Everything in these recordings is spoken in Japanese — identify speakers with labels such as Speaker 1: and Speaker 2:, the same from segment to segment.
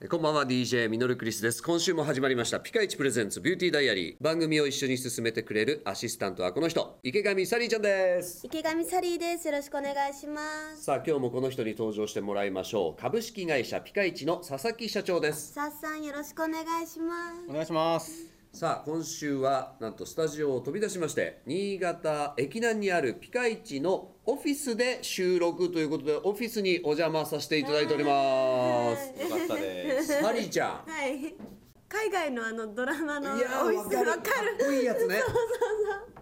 Speaker 1: えこんばんは DJ ミノルクリスです今週も始まりましたピカイチプレゼンツビューティーダイアリー番組を一緒に進めてくれるアシスタントはこの人池上サリーちゃんです
Speaker 2: 池上サリーです。よろしくお願いします。
Speaker 1: さあ今日もこの人に登場してもらいましょう株式会社ピカイチの佐々木社長です
Speaker 2: さっさんよろしくお願いします。
Speaker 3: お願いします
Speaker 1: さあ今週はなんとスタジオを飛び出しまして新潟駅南にあるピカイチのオフィスで収録ということでオフィスにお邪魔させていただいております
Speaker 3: よかったです
Speaker 1: サリーち ゃん
Speaker 2: はい。海外のあのドラマの
Speaker 1: いやー
Speaker 2: 美味しさわ
Speaker 1: わ
Speaker 2: か
Speaker 1: かるかっこいいやつね
Speaker 2: る。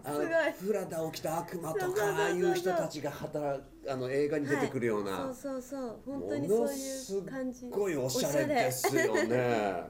Speaker 1: あの
Speaker 2: すごい。
Speaker 1: フラダを着た悪魔
Speaker 2: そ
Speaker 1: と
Speaker 2: うそうそうそう
Speaker 1: かああいう人たちが働くあの映画に出てくるような、
Speaker 2: はいそうそうそう。本当にそういう感じ。
Speaker 1: ものすっごいおしゃれですよね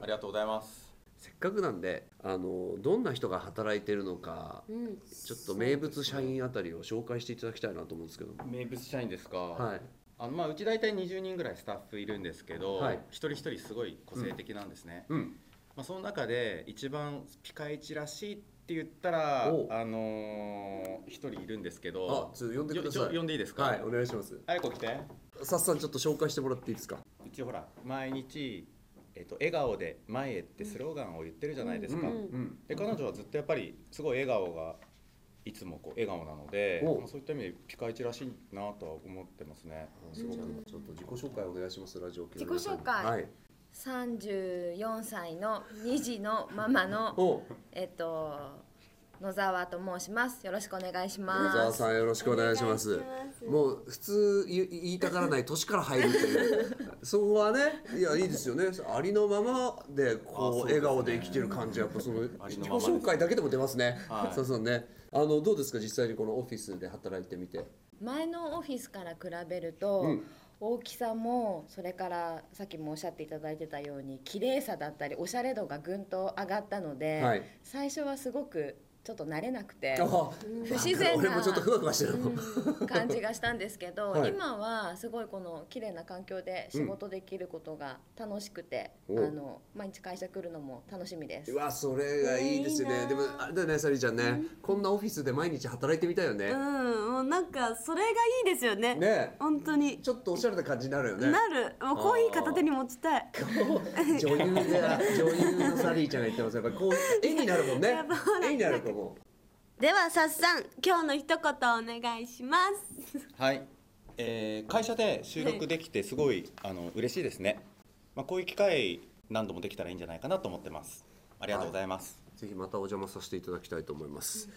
Speaker 3: ありがとうございます
Speaker 1: せっかくなんであのどんな人が働いてるのか、
Speaker 2: ん
Speaker 1: ちょっと名物社員あたりを紹介していただきたいなと思うんですけども
Speaker 3: 名物社員ですか
Speaker 1: はい
Speaker 3: あのまあうち大体20人ぐらいスタッフいるんですけど、
Speaker 1: はい
Speaker 3: 一人一人すごい個性的なんですね、
Speaker 1: うん
Speaker 3: まあその中で一番ピカイチらしいって言ったらあ
Speaker 1: お
Speaker 3: のー一人いるんですけ
Speaker 1: あ
Speaker 3: ど
Speaker 1: ちょっと呼んでくださ
Speaker 3: よ
Speaker 1: い
Speaker 3: ちょ呼んでいいですか
Speaker 1: はいお願いします
Speaker 3: あやこ来て
Speaker 1: さっさんちょっと紹介してもらっていいですか
Speaker 3: うちほら毎日えっと笑顔で前へってスローガンを言ってるじゃないですか、
Speaker 1: うんうん
Speaker 3: で彼女はずっとやっぱりすごい笑顔がいつもこう笑顔なので、
Speaker 1: お
Speaker 3: まあそういった意味でピカイチらしいなとは思ってますね。
Speaker 1: すごくちょっと自己紹介お願いしますラジオ
Speaker 4: 自己紹介
Speaker 1: はい
Speaker 4: 34歳の2児のママの
Speaker 1: お
Speaker 4: えっと野沢と申しますよろしくお願いし
Speaker 1: 野
Speaker 4: ま
Speaker 1: 沢
Speaker 4: す
Speaker 1: さんよろしくお願いします
Speaker 2: お願いします
Speaker 1: もう普通言い言いたがらない年から入るっていうそこはねいやいいですよねありのままでこう
Speaker 3: あそうで
Speaker 1: 笑
Speaker 3: すね
Speaker 1: 顔で生きてる感じやっぱその
Speaker 3: あ
Speaker 1: 自
Speaker 3: り
Speaker 1: 己
Speaker 3: のままです
Speaker 1: 紹介だけでも出ますね、
Speaker 3: はい
Speaker 1: そうそうねあのどうですか実際にこのオフィスで働いてみて
Speaker 4: 前のオフィスから比べると、
Speaker 1: うん
Speaker 4: 大きさもそれからさっきもおっしゃっていただいてたように綺麗さだったりおしゃれ度がぐんと上がったので、
Speaker 1: はい
Speaker 4: 最初はすごくちょっと慣れなくて
Speaker 1: あ不
Speaker 4: 不自然な
Speaker 1: 俺もちょっとふわふわしてるの、
Speaker 4: うん感じがしたんですけど、
Speaker 1: はい
Speaker 4: 今はすごいこの綺麗な環境で仕事できることが楽しくて、
Speaker 1: お
Speaker 4: あの毎日会社来るのも楽しみで
Speaker 1: う
Speaker 4: す。
Speaker 1: わそれがいいです
Speaker 2: いい
Speaker 1: ね
Speaker 2: な
Speaker 1: でもあれだよねサリーちゃんね、こんなオフィスで毎日働いてみたいよね、
Speaker 2: うん、もうなんかそれがいいですよね。
Speaker 1: ね
Speaker 2: 本当に。
Speaker 1: ちょっとおしゃれな感じになるよね
Speaker 2: なる。もうコーヒー片手に持ちたい。
Speaker 1: 女優が女優のサリーちゃんが言ってますやっぱりこう絵になるもんね
Speaker 2: やばい
Speaker 1: 絵になると思
Speaker 2: ではさっさん、今日の一言お願いします。
Speaker 3: はい、えー会社で収録できてすごい、あの嬉しいですね。まあこういう機会何度もできたらいいんじゃないかなと思ってます。ありがとうございます。
Speaker 1: うぜひまたお邪魔させていただきたいと思います、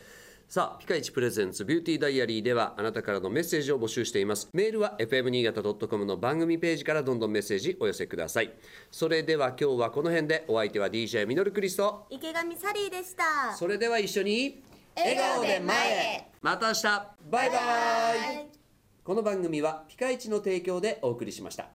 Speaker 1: さあピカイチプレゼンツビューティーダイアリーではあなたからのメッセージを募集していますメールは fm 新潟 .com の番組ページからどんどんメッセージお寄せくださいそれでは今日はこの辺でお相手は DJ ミノルクリスト
Speaker 2: 池上サリーでした。
Speaker 1: それでは一緒に
Speaker 4: 笑顔で前へ
Speaker 1: また明日バイバイ
Speaker 2: はい
Speaker 1: この番組はピカイチの提供でお送りしました